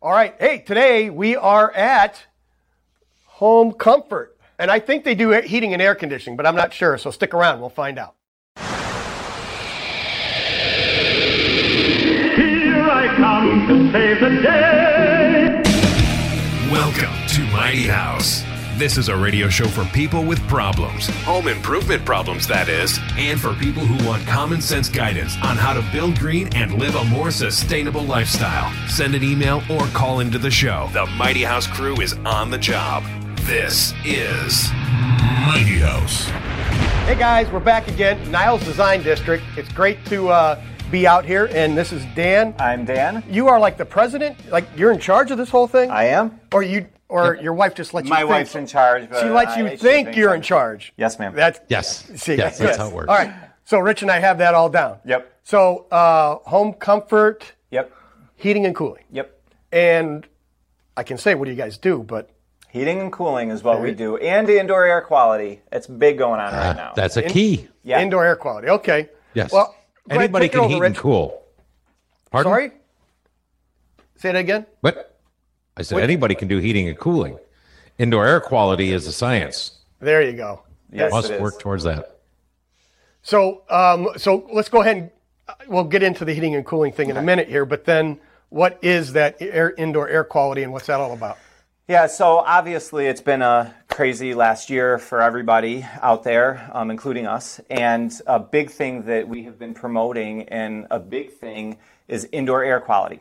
All right. Hey, today we are at Home Comfort. And I think they do heating and air conditioning, but I'm not sure. So stick around. We'll find out. Here I come to save the day. Welcome to Mighty House. This is a radio show for people with problems, home improvement problems, that is, and for people who want common sense guidance on how to build green and live a more sustainable lifestyle. Send an email or call into the show. The Mighty House crew is on the job. This is Mighty House. Hey guys, we're back again, Niles Design District. It's great to uh, be out here. And this is Dan. I'm Dan. You are like the president. Like you're in charge of this whole thing. I am. Or you, or your wife just lets you. My think- wife's in charge. But She lets I- you she's think in you're in charge. Yes, ma'am. That's Yes. See, Yes, that's how it works. All right. So Rich and I have that all down. Yep. So uh, home comfort, Yep. heating and cooling, Yep. and I can say what do you guys do, but Heating and cooling is what we do, and indoor air quality. It's big going on right now. That's a key. yeah. indoor air quality. Okay. Yes. Well, go ahead, anybody take it can over, heat Rich. and cool. Pardon? Sorry. Say that again. What? I said anybody can do heating and cooling. Indoor air quality is a science. There you go. yes, Must it is. work towards that. So, um, so let's go ahead and uh, we'll get into the heating and cooling thing in a minute here. But then, what is that air, indoor air quality, and what's that all about? Yeah, so obviously it's been a crazy last year for everybody out there, um, including us. And a big thing that we have been promoting, and a big thing is indoor air quality,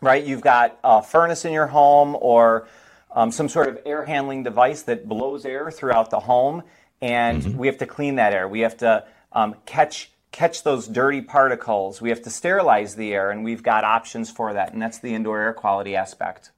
right? You've got a furnace in your home or um, some sort of air handling device that blows air throughout the home, and we have to clean that air. We have to um, catch catch those dirty particles. We have to sterilize the air, and we've got options for that. And that's the indoor air quality aspect.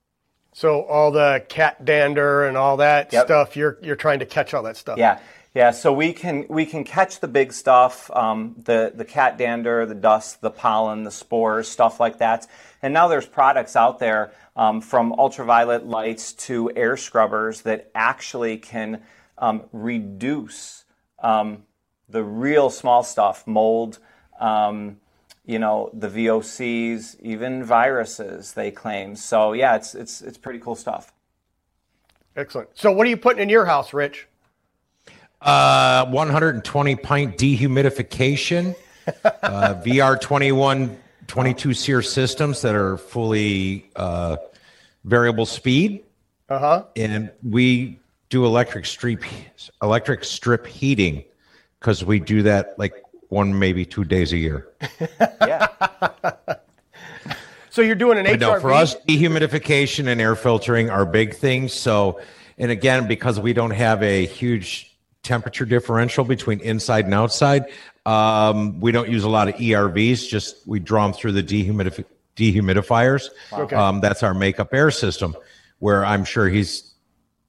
So all the cat dander and all that Yep. stuff, you're you're trying to catch all that stuff. Yeah, yeah. So we can we can catch the big stuff, um, the the cat dander, the dust, the pollen, the spores, stuff like that. And now there's products out there um, from ultraviolet lights to air scrubbers that actually can um, reduce um, the real small stuff, mold. Um, you know the VOCs, even viruses. They claim. So yeah, it's it's it's pretty cool stuff. Excellent. So what are you putting in your house, Rich? Uh, 120 pint dehumidification, uh, VR 21, 22 SEER systems that are fully uh, variable speed. Uh huh. and we do electric strip electric strip heating because we do that like one maybe two days a year. Yeah. So you're doing an HRV. But no, for us, dehumidification and air filtering are big things. So, and again, because we don't have a huge temperature differential between inside and outside, um, we don't use a lot of ERVs. Just we draw them through the dehumidif- dehumidifiers. Okay. Um, that's our makeup air system, where I'm sure he's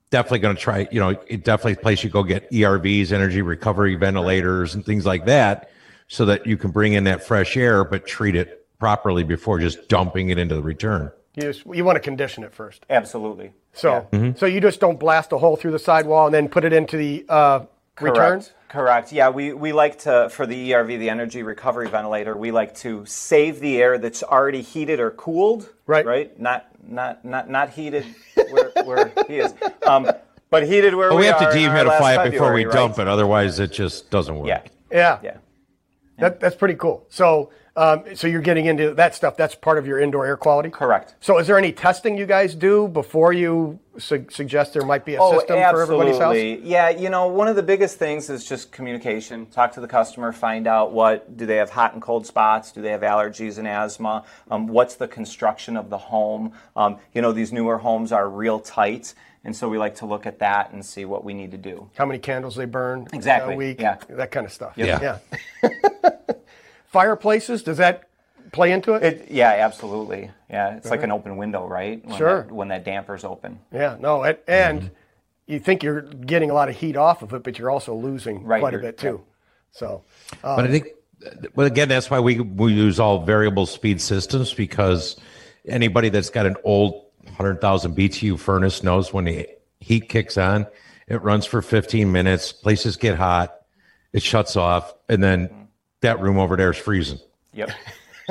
definitely going to try. You know, it definitely a place you go get ERVs, energy recovery ventilators, and things like that, so that you can bring in that fresh air but treat it properly before just dumping it into the return. you, just, you want to condition it first. Absolutely. So so you just don't blast a hole through the sidewall and then put it into the uh, return. Correct. Correct. Yeah, we, we like to, for the ERV, the energy recovery ventilator, we like to save the air that's already heated or cooled. Right. Right. Not not not not heated where, where he is, um, but heated where But we, have to are in our last dehumidify it before we February, dump right? it, otherwise it just doesn't work. Yeah. Yeah. Yeah. That, that's pretty cool. So um, so you're getting into that stuff. That's part of your indoor air quality. Correct. So is there any testing you guys do before you su- suggest there might be a system for everybody's house? Oh, absolutely. Yeah, you know, one of the biggest things is just communication. Talk to the customer, find out what do they have hot and cold spots, do they have allergies and asthma, um, what's the construction of the home. Um, you know, these newer homes are real tight, and so we like to look at that and see what we need to do. How many candles they burn Exactly, a week? yeah. That kind of stuff. Yeah. Fireplaces, does that play into it? It, yeah, absolutely. Yeah, it's like an open window, right? When Sure. That, when that damper's open. Yeah, no, and, and you think you're getting a lot of heat off of it, but you're also losing Right, quite a you're- bit too. So, But I think, well, again, that's why we we use all variable speed systems because anybody that's got an old 100,000 BTU furnace knows when the heat kicks on, it runs for 15 minutes, places get hot, it shuts off, and then that room over there is freezing. Yep.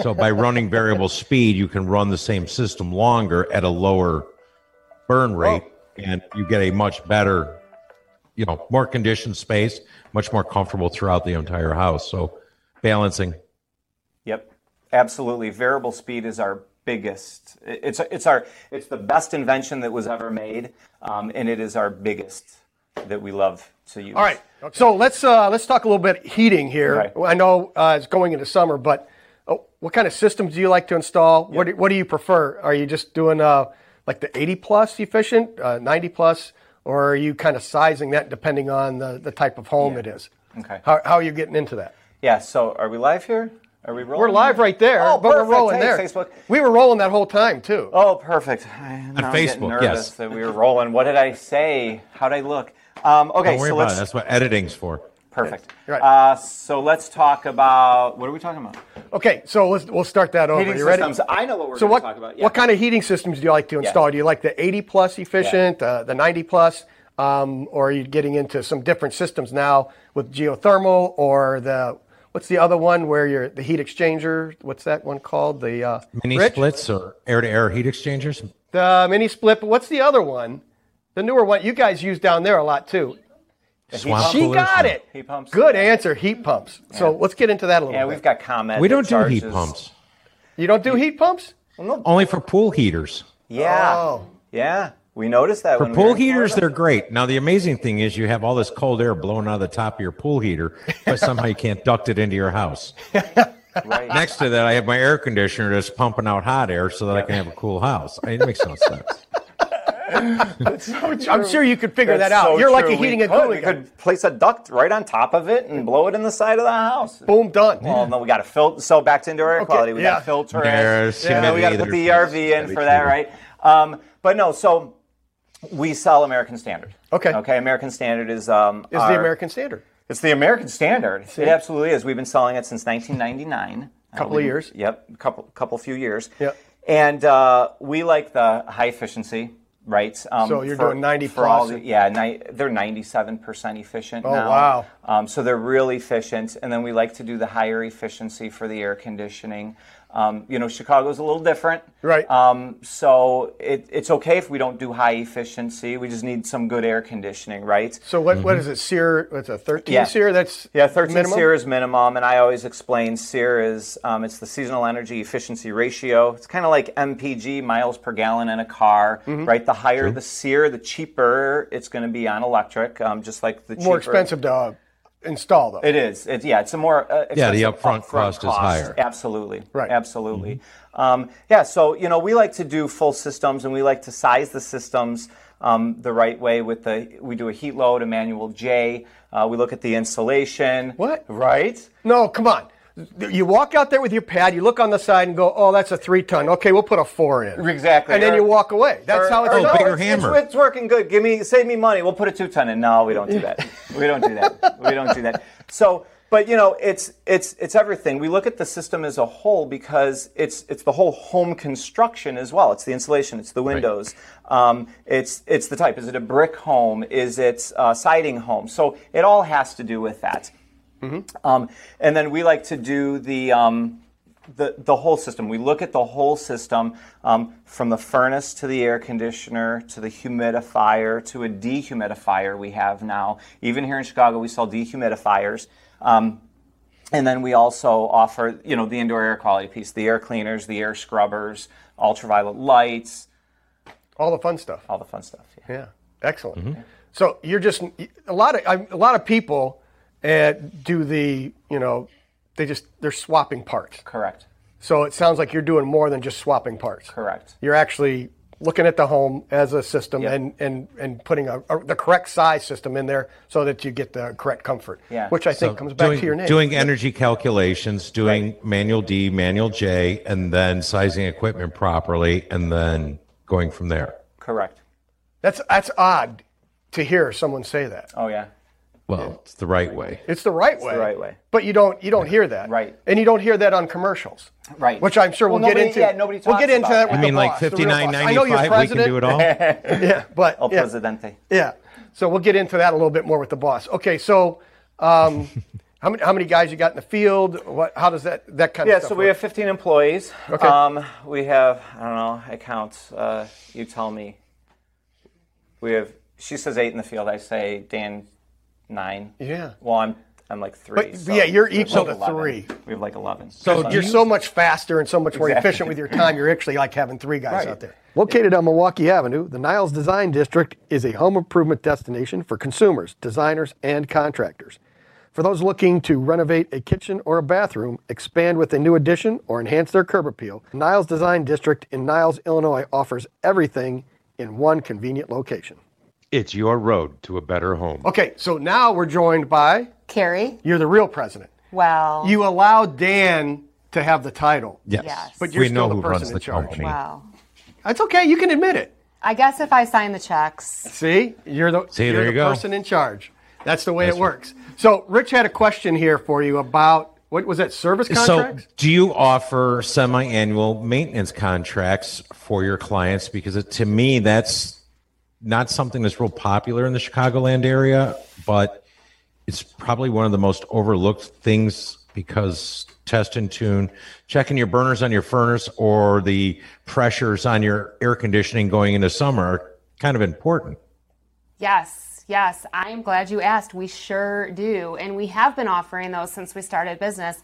So by running variable speed, you can run the same system longer at a lower burn rate, and you get a much better, you know, more conditioned space, much more comfortable throughout the entire house. So balancing. Yep, absolutely. Variable speed is our biggest. it- It's it's our it's the best invention that was ever made, um, and it is our biggest that we love to use. All right. So let's uh, let's talk a little bit heating here. Right. Well, I know uh, it's going into summer, but uh, what kind of systems do you like to install? What, do, what do you prefer? Are you just doing uh, like the 80 plus efficient, uh, 90 plus, or are you kind of sizing that depending on the, the type of home it is? Okay. How, how are you getting into that? Yeah. So are we live here? Are we rolling? We're live right there, Oh, but perfect. we're rolling Thanks, there. Facebook. We were rolling that whole time too. Oh, perfect. I, now I'm getting Facebook, nervous yes. that we were rolling. What did I say? How did I look? Um, okay, Don't worry so about let's it. That's what editing's for. perfect. You're right. Uh, so let's talk about what are we talking about? Okay, so let's we'll start that over. Heating you ready? systems. I know what we're So going what, to talk about. Yeah. what kind of heating systems do you like to install? Do you like the 80 plus efficient, uh, the 90 plus, um, or are you getting into some different systems now with geothermal or the what's the other one where you're the heat exchanger? What's that one called? The uh, Mini Rich? splits or air to air heat exchangers? The mini split. But what's the other one? The newer one you guys use down there a lot too. Swamp She coolers? got it. Heat pumps. Good answer. Heat pumps. So let's get into that a little Yeah, bit. we've got comment. We that don't do heat charges- pumps. you don't do heat pumps? Only for pool heaters. Yeah. Oh. Yeah. We noticed that For when we were pool in heaters, Florida. they're great. Now, the amazing thing is you have all this cold air blowing out of the top of your pool heater, but somehow you can't duct it into your house. right. Next to that, I have my air conditioner that's pumping out hot air so that I can have a cool house. I mean, it makes no sense. I'm sure you could figure That's that out. so you're like a true. We heating and could- cooling. We guy. could place a duct right on top of it and blow it in the side of the house. Boom, done. Well, no, we got to filter. So back to indoor air quality, we got yeah. to filter it. There's Yeah, we humidity, got to put the there's- ERV in gotta for be that, cool. right? Um, but no, so we sell American Standard. Okay. Okay. American Standard is um, Is the American standard. It's the American Standard. It absolutely is. We've been selling it since 1999. Uh, Couple of we've- years. Yep. Couple couple few years. Yep. And uh, we like the high efficiency. Right. Um, So you're doing 90 for all plus. Oh, the- yeah, ni- they're 97% efficient now. wow. Um, so they're really efficient, and then we like to do the higher efficiency for the air conditioning. Um, you know, Chicago's a little different, Right. Um, so it, it's okay if we don't do high efficiency. We just need some good air conditioning, right? So what, what is it? Sear? It's a 13 Mm-hmm. Yeah. sear. That's Yeah, 13 minimum? SEER is minimum, and I always explain SEER is um, it's the seasonal energy efficiency ratio. It's kind of like MPG, miles per gallon in a car, Mm-hmm. right? The higher the SEER, the cheaper it's going to be on electric, um, just like the more cheaper. expensive to uh, install though. It is. It's yeah. It's a more uh, Yeah, the expensive upfront cost is higher. Mm-hmm. Absolutely. Right. Absolutely. Um, yeah. So you know, we like to do full systems, and we like to size the systems um, the right way. With the we do a heat load, a manual J. Uh, we look at the insulation. What? Right. no, come on. You walk out there with your pad. You look on the side and go, "Oh, that's a three ton. Okay, we'll put a four in." Exactly. And then Or- you walk away. That's Or- how it's or Oh, no, done. bigger it's, hammer. It's, it's working good. Give me, save me money. We'll put a two ton in. No, we don't do that. we don't do that. We don't do that. So, but you know, it's it's it's everything. We look at the system as a whole because it's it's the whole home construction as well. It's the insulation. It's the windows. Um, it's it's the type. Is it a brick home? Is it a siding home? So it all has to do with that. Mm-hmm. Um, and then we like to do the, um, the the whole system. We look at the whole system um, from the furnace to the air conditioner to the humidifier to a dehumidifier we have now. Even here in Chicago, we sell dehumidifiers. Um, and then we also offer, you know, the indoor air quality piece, the air cleaners, the air scrubbers, ultraviolet lights, All the fun stuff. all the fun stuff. Yeah. Yeah, excellent. Mm-hmm. So you're just a lot of I- a lot of people uh, do the you know they just they're swapping parts. Correct. So it sounds like you're doing more than just swapping parts. Correct. You're actually looking at the home as a system Yeah. and, and, and putting a, a, the correct size system in there so that you get the correct comfort, Yeah. which I think So comes back doing, to your name. Doing energy calculations, doing manual D, manual J, and then sizing equipment properly, and then going from there. Correct. that's, that's odd to hear someone say that. Oh yeah. Well, it's the right way. It's the right way. the right way. But you don't you don't hear that. Right. And you don't hear that on commercials. Right. Which I'm sure we'll, Well, get nobody- into. yeah, nobody we'll talks get into about that that. with I the mean, like boss, the real fifty nine boss. I know ninety you're five. We can do it president, all. Yeah, but El yeah. Presidente. Yeah. So we'll get into that a little bit more with the boss. Okay. So um, How many, how many guys you got in the field? What, how does that, that kind Yeah, of stuff so we work? have 15 employees. Okay. Um, we have, I don't know, I count, uh, you tell me. We have, she says eight in the field, I say Dan, nine. Yeah. Well, I'm, I'm like three. But, so yeah, you're we have equal like to 11. three. We have like 11. So You're do you- so much faster and so much more Exactly. efficient with your time. You're actually like having three guys Right. out there. Located on Milwaukee Avenue, the Niles Design District is a home improvement destination for consumers, designers, and contractors. For those looking to renovate a kitchen or a bathroom, expand with a new addition, or enhance their curb appeal, Niles Design District in Niles, Illinois offers everything in one convenient location. it's your road to a better home. Okay, so now we're joined by Carrie? you're the real president. Wow. You allowed Dan to have the title. Yes. But you're we still know the who person runs in the charge. company. Wow. That's okay. You can admit it. I guess if I sign the checks, See, you're the, See, you're there the you go. person in charge. That's the way That's it right. works. So, Rich had a question here for you about what was that service So, contracts? do you offer semi-annual maintenance contracts for your clients? Because it, to me, that's not something that's real popular in the Chicagoland area, but it's probably one of the most overlooked things because test and tune, checking your burners on your furnace or the pressures on your air conditioning going into summer are kind of important. yes, yes, I am glad you asked. We sure do. And we have been offering those since we started business.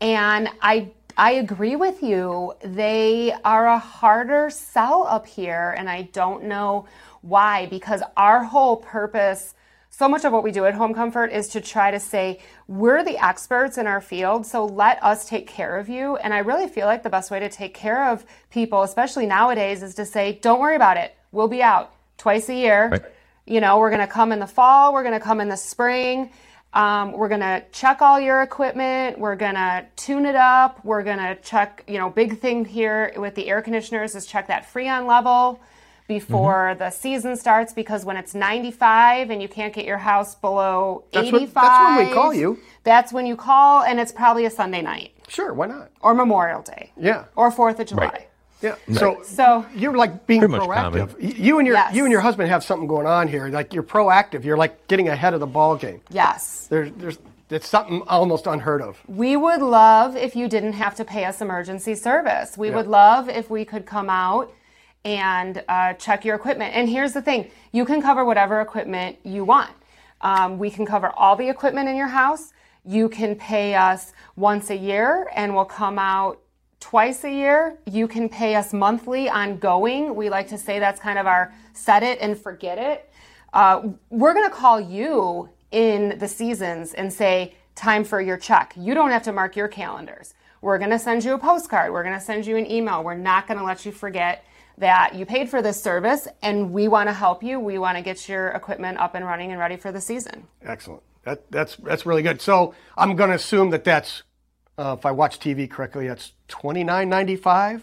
And I I agree with you. They are a harder sell up here, and I don't know why because our whole purpose so much of what we do at Home Comfort is to try to say, we're the experts in our field, so let us take care of you. And I really feel like the best way to take care of people, especially nowadays, is to say, don't worry about it. We'll be out twice a year. Right. You know, we're going to come in the fall, we're going to come in the spring. Um, we're going to check all your equipment. We're going to tune it up. We're going to check, you know, big thing here with the air conditioners is check that freon level before Mm-hmm. the season starts because when it's 95 and you can't get your house below That's when- 85 that's when we call you. that's when you call and it's probably a sunday night sure, why not? or memorial day Yeah. or fourth of july Right. Yeah. So, So- you're like being Pretty much proactive. common. Y- You and your Yes. you and your husband have something going on here. Like you're proactive. You're like getting ahead of the ball game. yes There's there's it's something almost unheard of. we would love if you didn't have to pay us emergency service we would love if we could come out and uh, check your equipment and here's the thing you can cover whatever equipment you want um, we can cover all the equipment in your house you can pay us once a year and we'll come out twice a year. You can pay us monthly ongoing. We like to say that's kind of our set it and forget it. Uh, we're going to call you in the seasons and say, time for your check. You don't have to mark your calendars. We're going to send you a postcard. We're going to send you an email. We're not going to let you forget that you paid for this service and we want to help you. We want to get your equipment up and running and ready for the season. Excellent. That, that's that's really good. So I'm going to assume that that's, uh, if I watch TV correctly, that's twenty nine ninety five,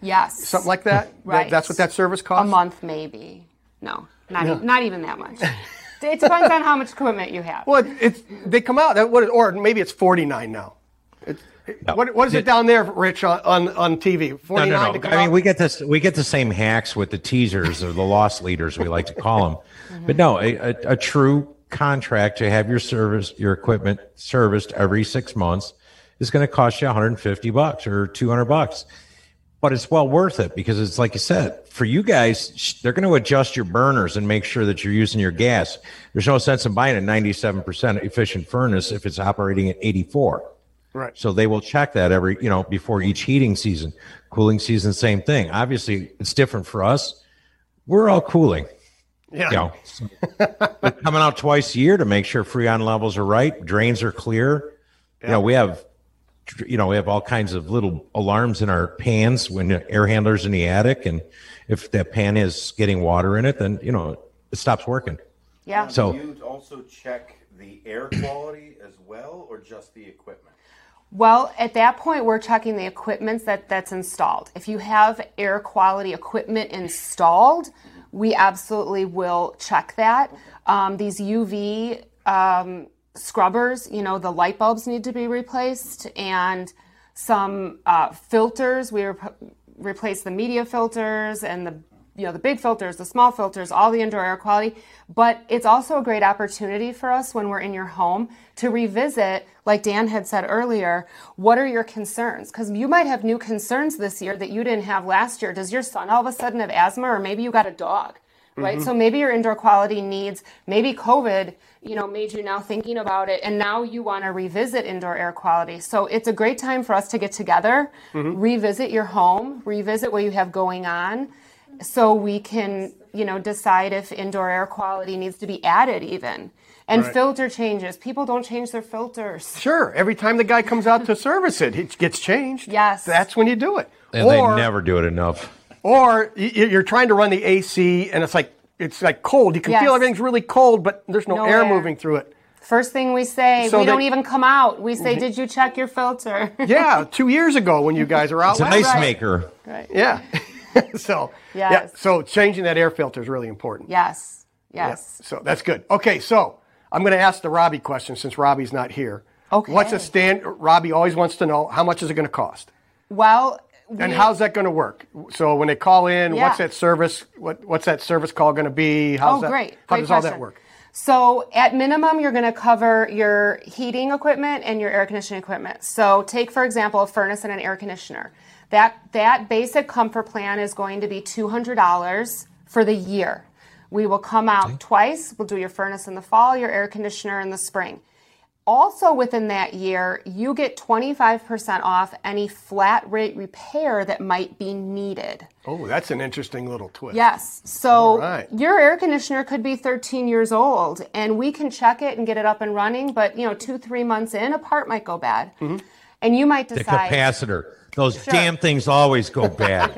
Yes. something like that. That- Right. that's what that service a costs. month maybe no not, e- not even that much it depends on how much equipment you have Well, it's they come out. That, what, or maybe it's forty nine now. It's, What, what is it down there, Rich, on on, on TV? No, Forty nine no, to no. come I mean, out? we get this. We get the same hacks with the teasers or the loss leaders, we like to call them. But no, a, a, a true contract to have your service, your equipment serviced every six months is going to cost you 150 bucks or 200 bucks. But it's well worth it because it's like you said, for you guys, sh- they're going to adjust your burners and make sure that you're using your gas. There's no sense in buying a 97% efficient furnace if it's operating at 84. right. So they will check that every, you know, before each heating season. Cooling season, same thing. Obviously, it's different for us. We're all cooling, Yeah. you know. So They're coming out twice a year to make sure freon levels are right, drains are clear. You know, we have, you know, we have all kinds of little alarms in our pans when the air handlers in the attic, and if that pan is getting water in it, then you know it stops working. yeah So Do you also check the air quality as well, or just the equipment? well at that point we're checking the equipment that that's installed if you have air quality equipment installed we absolutely will check that um, these uv um, scrubbers you know the light bulbs need to be replaced and some uh, filters we rep- replace the media filters and the you know the big filters, the small filters, all the indoor air quality. But it's also a great opportunity for us when we're in your home to revisit, like Dan had said earlier, what are your concerns? Because you might have new concerns this year that you didn't have last year. Does your son all of a sudden have asthma, or maybe you got a dog? right? Mm-hmm. So maybe your indoor quality needs, maybe COVID, you know, made you now thinking about it, and now you want to revisit indoor air quality. So it's a great time for us to get together, Mm-hmm. revisit your home, revisit what you have going on, so we can, you know, decide if indoor air quality needs to be added even. And filter changes. People don't change their filters. Sure. Every time the guy comes out to service it, it gets changed. Yes. That's when you do it. And Or- they never do it enough. Or y- y- you're trying to run the AC and it's like it's like cold. You can Yes. feel everything's really cold, but there's no, No air, air. moving through it. First thing we say, So we they- Mm-hmm. don't even come out. We say, "Did you check your filter?" Yeah, two years ago when you guys were out. It's an last ice time. maker. right. Yeah. so yeah. Yes. So changing that air filter is really important. Yes. Yeah. Yes. So that's good. Okay, so I'm going to ask the Robbie question since Robbie's not here. Okay. What's a stand? Robbie always wants to know how much is it going to cost, Well, we, and how's that going to work? So when they call in, Yeah. what's that service? What, what's that service call going to be? How's Oh, that, great. How Great does all that question. work? So, at minimum, you're going to cover your heating equipment and your air conditioning equipment. So, take for example a furnace and an air conditioner. That that basic comfort plan is going to be two hundred dollars for the year. We will come out twice. We'll do your furnace in the fall, your air conditioner in the spring. Also, within that year, you get 25% off any flat rate repair that might be needed. Oh, that's an interesting little twist. Yes. So right. your air conditioner could be 13 years old, and we can check it and get it up and running. But you know, two three months in, a part might go bad, Mm-hmm. and you might The decide. capacitor. Those damn things always go bad.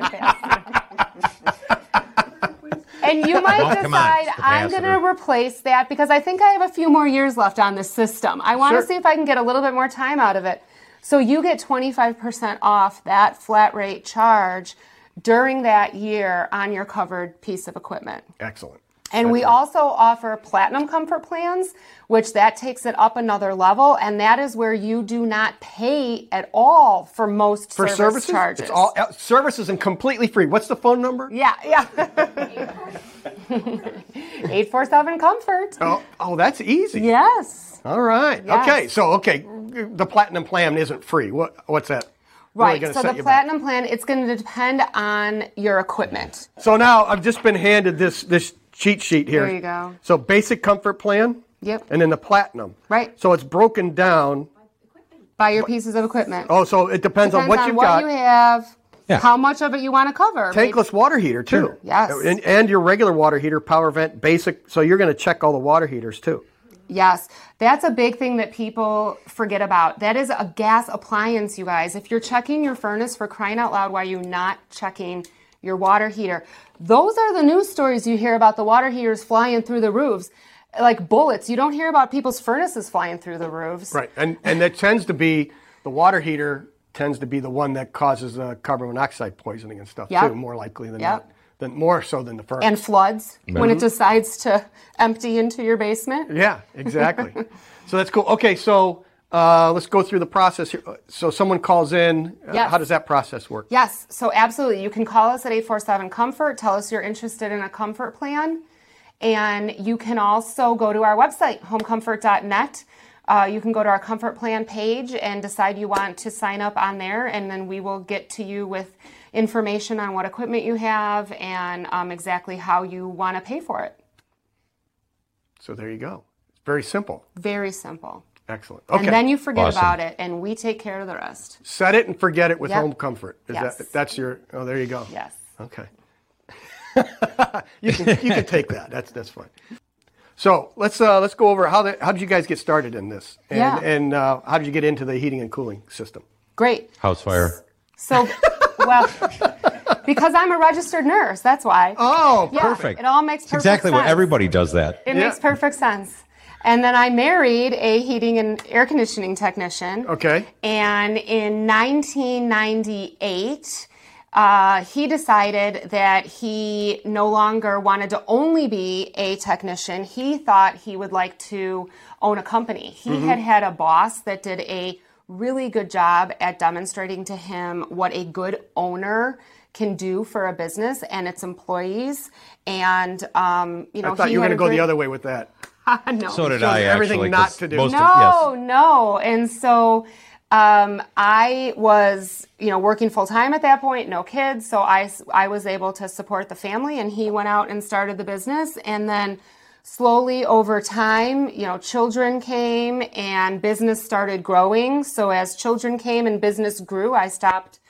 and you might Oh, come on, decide it's I'm going to capacitor. replace that because I think I have a few more years left on this system. I want to Sure. see if I can get a little bit more time out of it. So you get 25% off that flat rate charge during that year on your covered piece of equipment. Excellent. And we also offer platinum comfort plans, which that takes it up another level, and that is where you do not pay at all for most For service services, charges. it's all uh, services and completely free. What's the phone number? yeah, yeah. Eight four seven comfort. Oh, oh, that's easy. Yes. All right. Yes. Okay. So, okay, the platinum plan isn't free. What? What's that? really Right. gonna So set the you back? platinum plan, it's going to depend on your equipment. So now I've just been handed this this cheat sheet here. There you go. So basic comfort plan. Yep. And then the platinum. Right. So it's broken down. Buy your pieces of equipment. Oh, so it depends, Depends on what on you've what got. you have, Yeah. how much of it you want to cover. Maybe- Tankless water heater too. Yes. And, and your regular water heater, power vent, basic. So you're going to check all the water heaters too. Yes, that's a big thing that people forget about. That is a gas appliance, you guys. If you're checking your furnace for crying out loud, why are you not checking your water heater? Those are the news stories you hear about the water heaters flying through the roofs like bullets. You don't hear about people's furnaces flying through the roofs. Right. And and that tends to be the water heater tends to be the one that causes uh, carbon monoxide poisoning and stuff Yep. too. More likely than Yep. not. Than more so than the furnace. And floods when it decides to empty into your basement. Yeah, exactly. so that's cool. Okay, so uh, let's go through the process here. So someone calls in. Uh, Yes. How does that process work? Yes, so absolutely. You can call us at 847 Comfort, tell us you're interested in a comfort plan. And you can also go to our website, homecomfort.net. Uh, you can go to our comfort plan page and decide you want to sign up on there, and then we will get to you with information on what equipment you have and um, exactly how you want to pay for it. So there you go. It's very simple. Very simple. Excellent. Okay. And then you forget Awesome. about it, and we take care of the rest. set it and forget it with Yep. home comfort. Is Yes. that that's your Oh, there you go. Yes. Okay. you can you can take that. That's that's fine. So, let's uh, let's go over how the, how did you guys get started in this? And Yeah. and uh, how did you get into the heating and cooling system? Great. House fire. So, well, because I'm a registered nurse, that's why. Oh, Yeah, Perfect. It all makes perfect Exactly sense. what everybody does that. It Yeah. makes perfect sense. And then I married a heating and air conditioning technician. Okay. And in 1998, uh, he decided that he no longer wanted to only be a technician. He thought he would like to own a company. He Mm-hmm. had had a boss that did a really good job at demonstrating to him what a good owner can do for a business and its employees. And um, you know, I thought he you were had going a to go great- the other way with that. no. So did showed I. you everything actually, not 'cause to do. most of- No, yes. no. And so um, I was, you know, working full time at that point, no kids. So I, s- I was able to support the family, and he went out and started the business. And then slowly over time, you know, children came and business started growing. So as children came and business grew, I stopped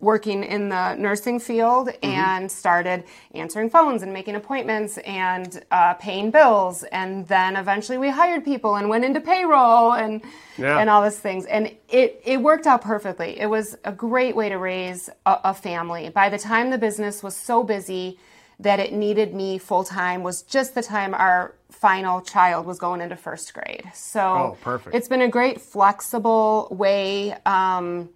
working in the nursing field Mm-hmm. and started answering phones and making appointments and uh, paying bills and then eventually we hired people and went into payroll and Yeah. and all these things and it it worked out perfectly it was a great way to raise a, a family by the time the business was so busy that it needed me full time was just the time our final child was going into first grade so Oh, perfect. it's been a great flexible way um,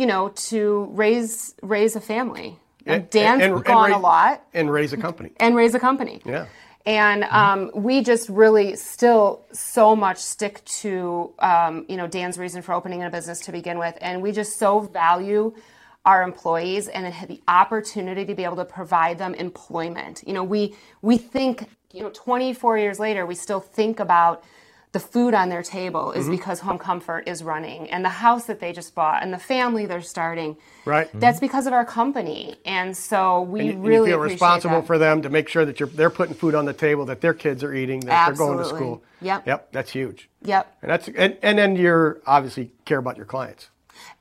you know, to raise raise a family. And- And, Dan's and- and gone ra- a lot and raise a company. and raise a company. Yeah. Mm-hmm. And um, we just really still so much stick to um, you know Dan's reason for opening a business to begin with, and we just so value our employees and the opportunity to be able to provide them employment. You know, we we think you know 24 years later we still think about the food on their table is Mm-hmm. because home comfort is running and the house that they just bought and the family they're starting Right. that's because of our company and so Mm-hmm. we And you, and you really feel appreciate responsible that. for them to make sure that you're, they're putting food on the table, that their kids are eating, that they're going to Absolutely. school. Yep. Yep. That's huge. yep And that's and, and then you're obviously care about your clients.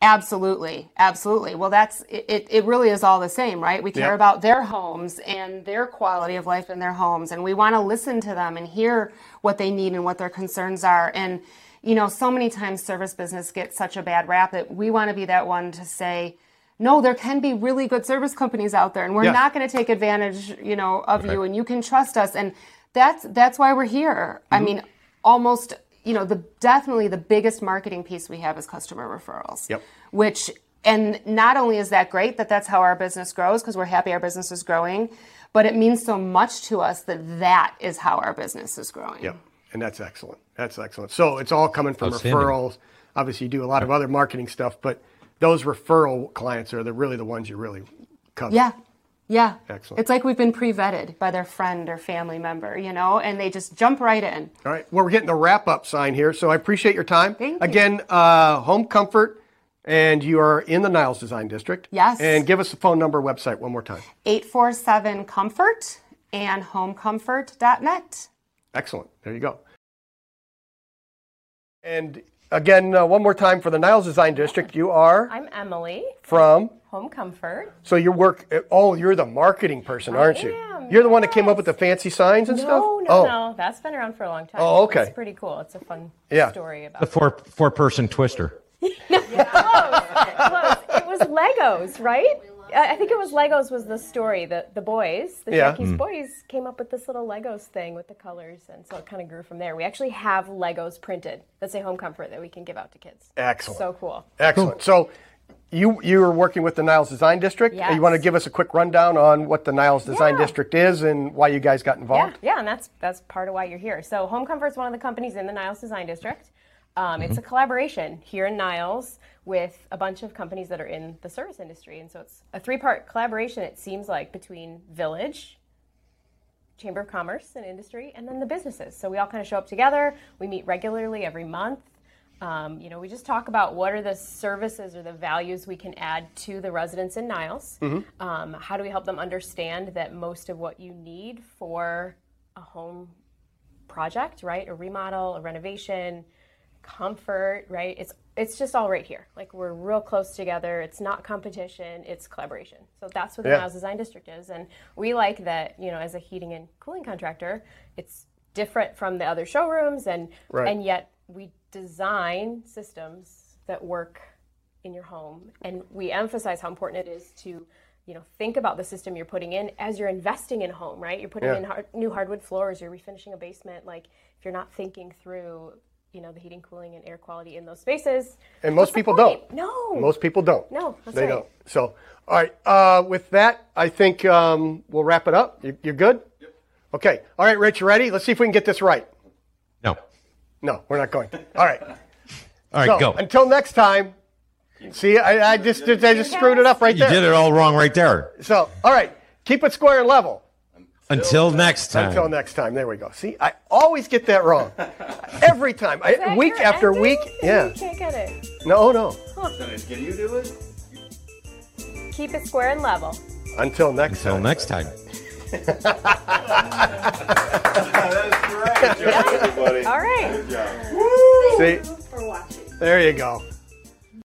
Absolutely, absolutely. Well, that's it. it- It really is all the same, right? We care Yeah. about their homes and their quality of life in their homes, and we want to listen to them and hear what they need and what their concerns are. And you know, so many times service business gets such a bad rap that we want to be that one to say, no, there can be really good service companies out there, and we're Yeah. not going to take advantage, you know, of you, and you can trust us, and that's that's why we're here. I Mm-hmm. mean, almost, you know, the definitely the biggest marketing piece we have is customer referrals. Yep. Which and not only is that great that that's how our business grows because we're happy our business is growing, but it means so much to us that that is how our business is growing. Yep. And that's excellent. That's excellent. So it's all coming from Outstanding. referrals. Obviously, you do a lot of other marketing stuff, but those referral clients are the really the ones you really cover. Yeah. Yeah. Excellent. It's like we've been pre-vetted by their friend or family member, you know, and they just jump right in. All right. Well, we're getting the wrap up sign here, so I appreciate your time. Thank you. Again, uh, Home Comfort, and you are in the Niles Design District. Yes. And give us the phone number, website one more time. 847 comfort and homecomfort.net. Excellent. There you go. And again, uh, one more time for the Niles Design District, you are I'm Emily, from. home comfort. So you work. Oh, you're the marketing person, aren't you? am, You're the one that came up with the yes. fancy signs and stuff. No, no, oh, no. That's been around for a long time. Oh, okay. It's pretty cool. It's a fun Yeah. story about The four four person twister. close. It was Legos, right? I I think it was Legos was the story. The the boys, the Yeah. Hmm. Jackie's boys, came up with this little Legos thing with the colors, and so it kind of grew from there. We actually have Legos printed that say home comfort that we can give out to kids. Excellent. So cool. Excellent. So. You, you are working with the Niles Design District. You want to Yes. give us a quick rundown on what the Niles Design Yeah. District is and why you guys got Yeah, involved? yeah, and that's that's part of why you're here. So Home Comfort is one of the companies in the Niles Design District. Um, It's a collaboration here in Niles with a bunch of companies that are in the service industry, and so it's a three-part collaboration. It seems like between Village, Chamber of Commerce and Industry, and then the businesses. So we all kind of show up together. We meet regularly every month. Um, you know, we just talk about what are the services or the values we can add to the residents in Niles. Um, how do we help them understand that most of what you need for a home project, right? A remodel, a renovation, comfort, right? It's it's just all right here. Like we're real close together. It's not competition, it's collaboration. So that's what the Yeah. Niles Design District is. And we like that, you know, as a heating and cooling contractor, it's different from the other showrooms and Right. and yet we design systems that work in your home and we emphasize how important it is to you know think about the system you're putting in as you're investing in a home right you're putting Yeah. in hard, new hardwood floors you're refinishing a basement like if you're not thinking through you know the heating cooling and air quality in those spaces And most what's the people point? don't. no Most people don't. No, that's they right. don't. So, all right. Uh, with that, I think um, we'll wrap it up. You, you're good. Yep. Okay. All right, Rich. You ready? Let's see if we can get this right. No. No, we're not going. to. All right. All right, So go. until next time, See, I, I just I just screwed it up right You there. did it all wrong right there. So, all right, keep it square and level. Until next time. Until next time. There we go. See, I always get that wrong. Every time. I- that week your after ending? week. Yeah. You can't get it. No, no. Can you do it? Keep it square and level. Until next Until time. next time. That's great. Good job, everybody. All right. Good job. See, for watching. there you go.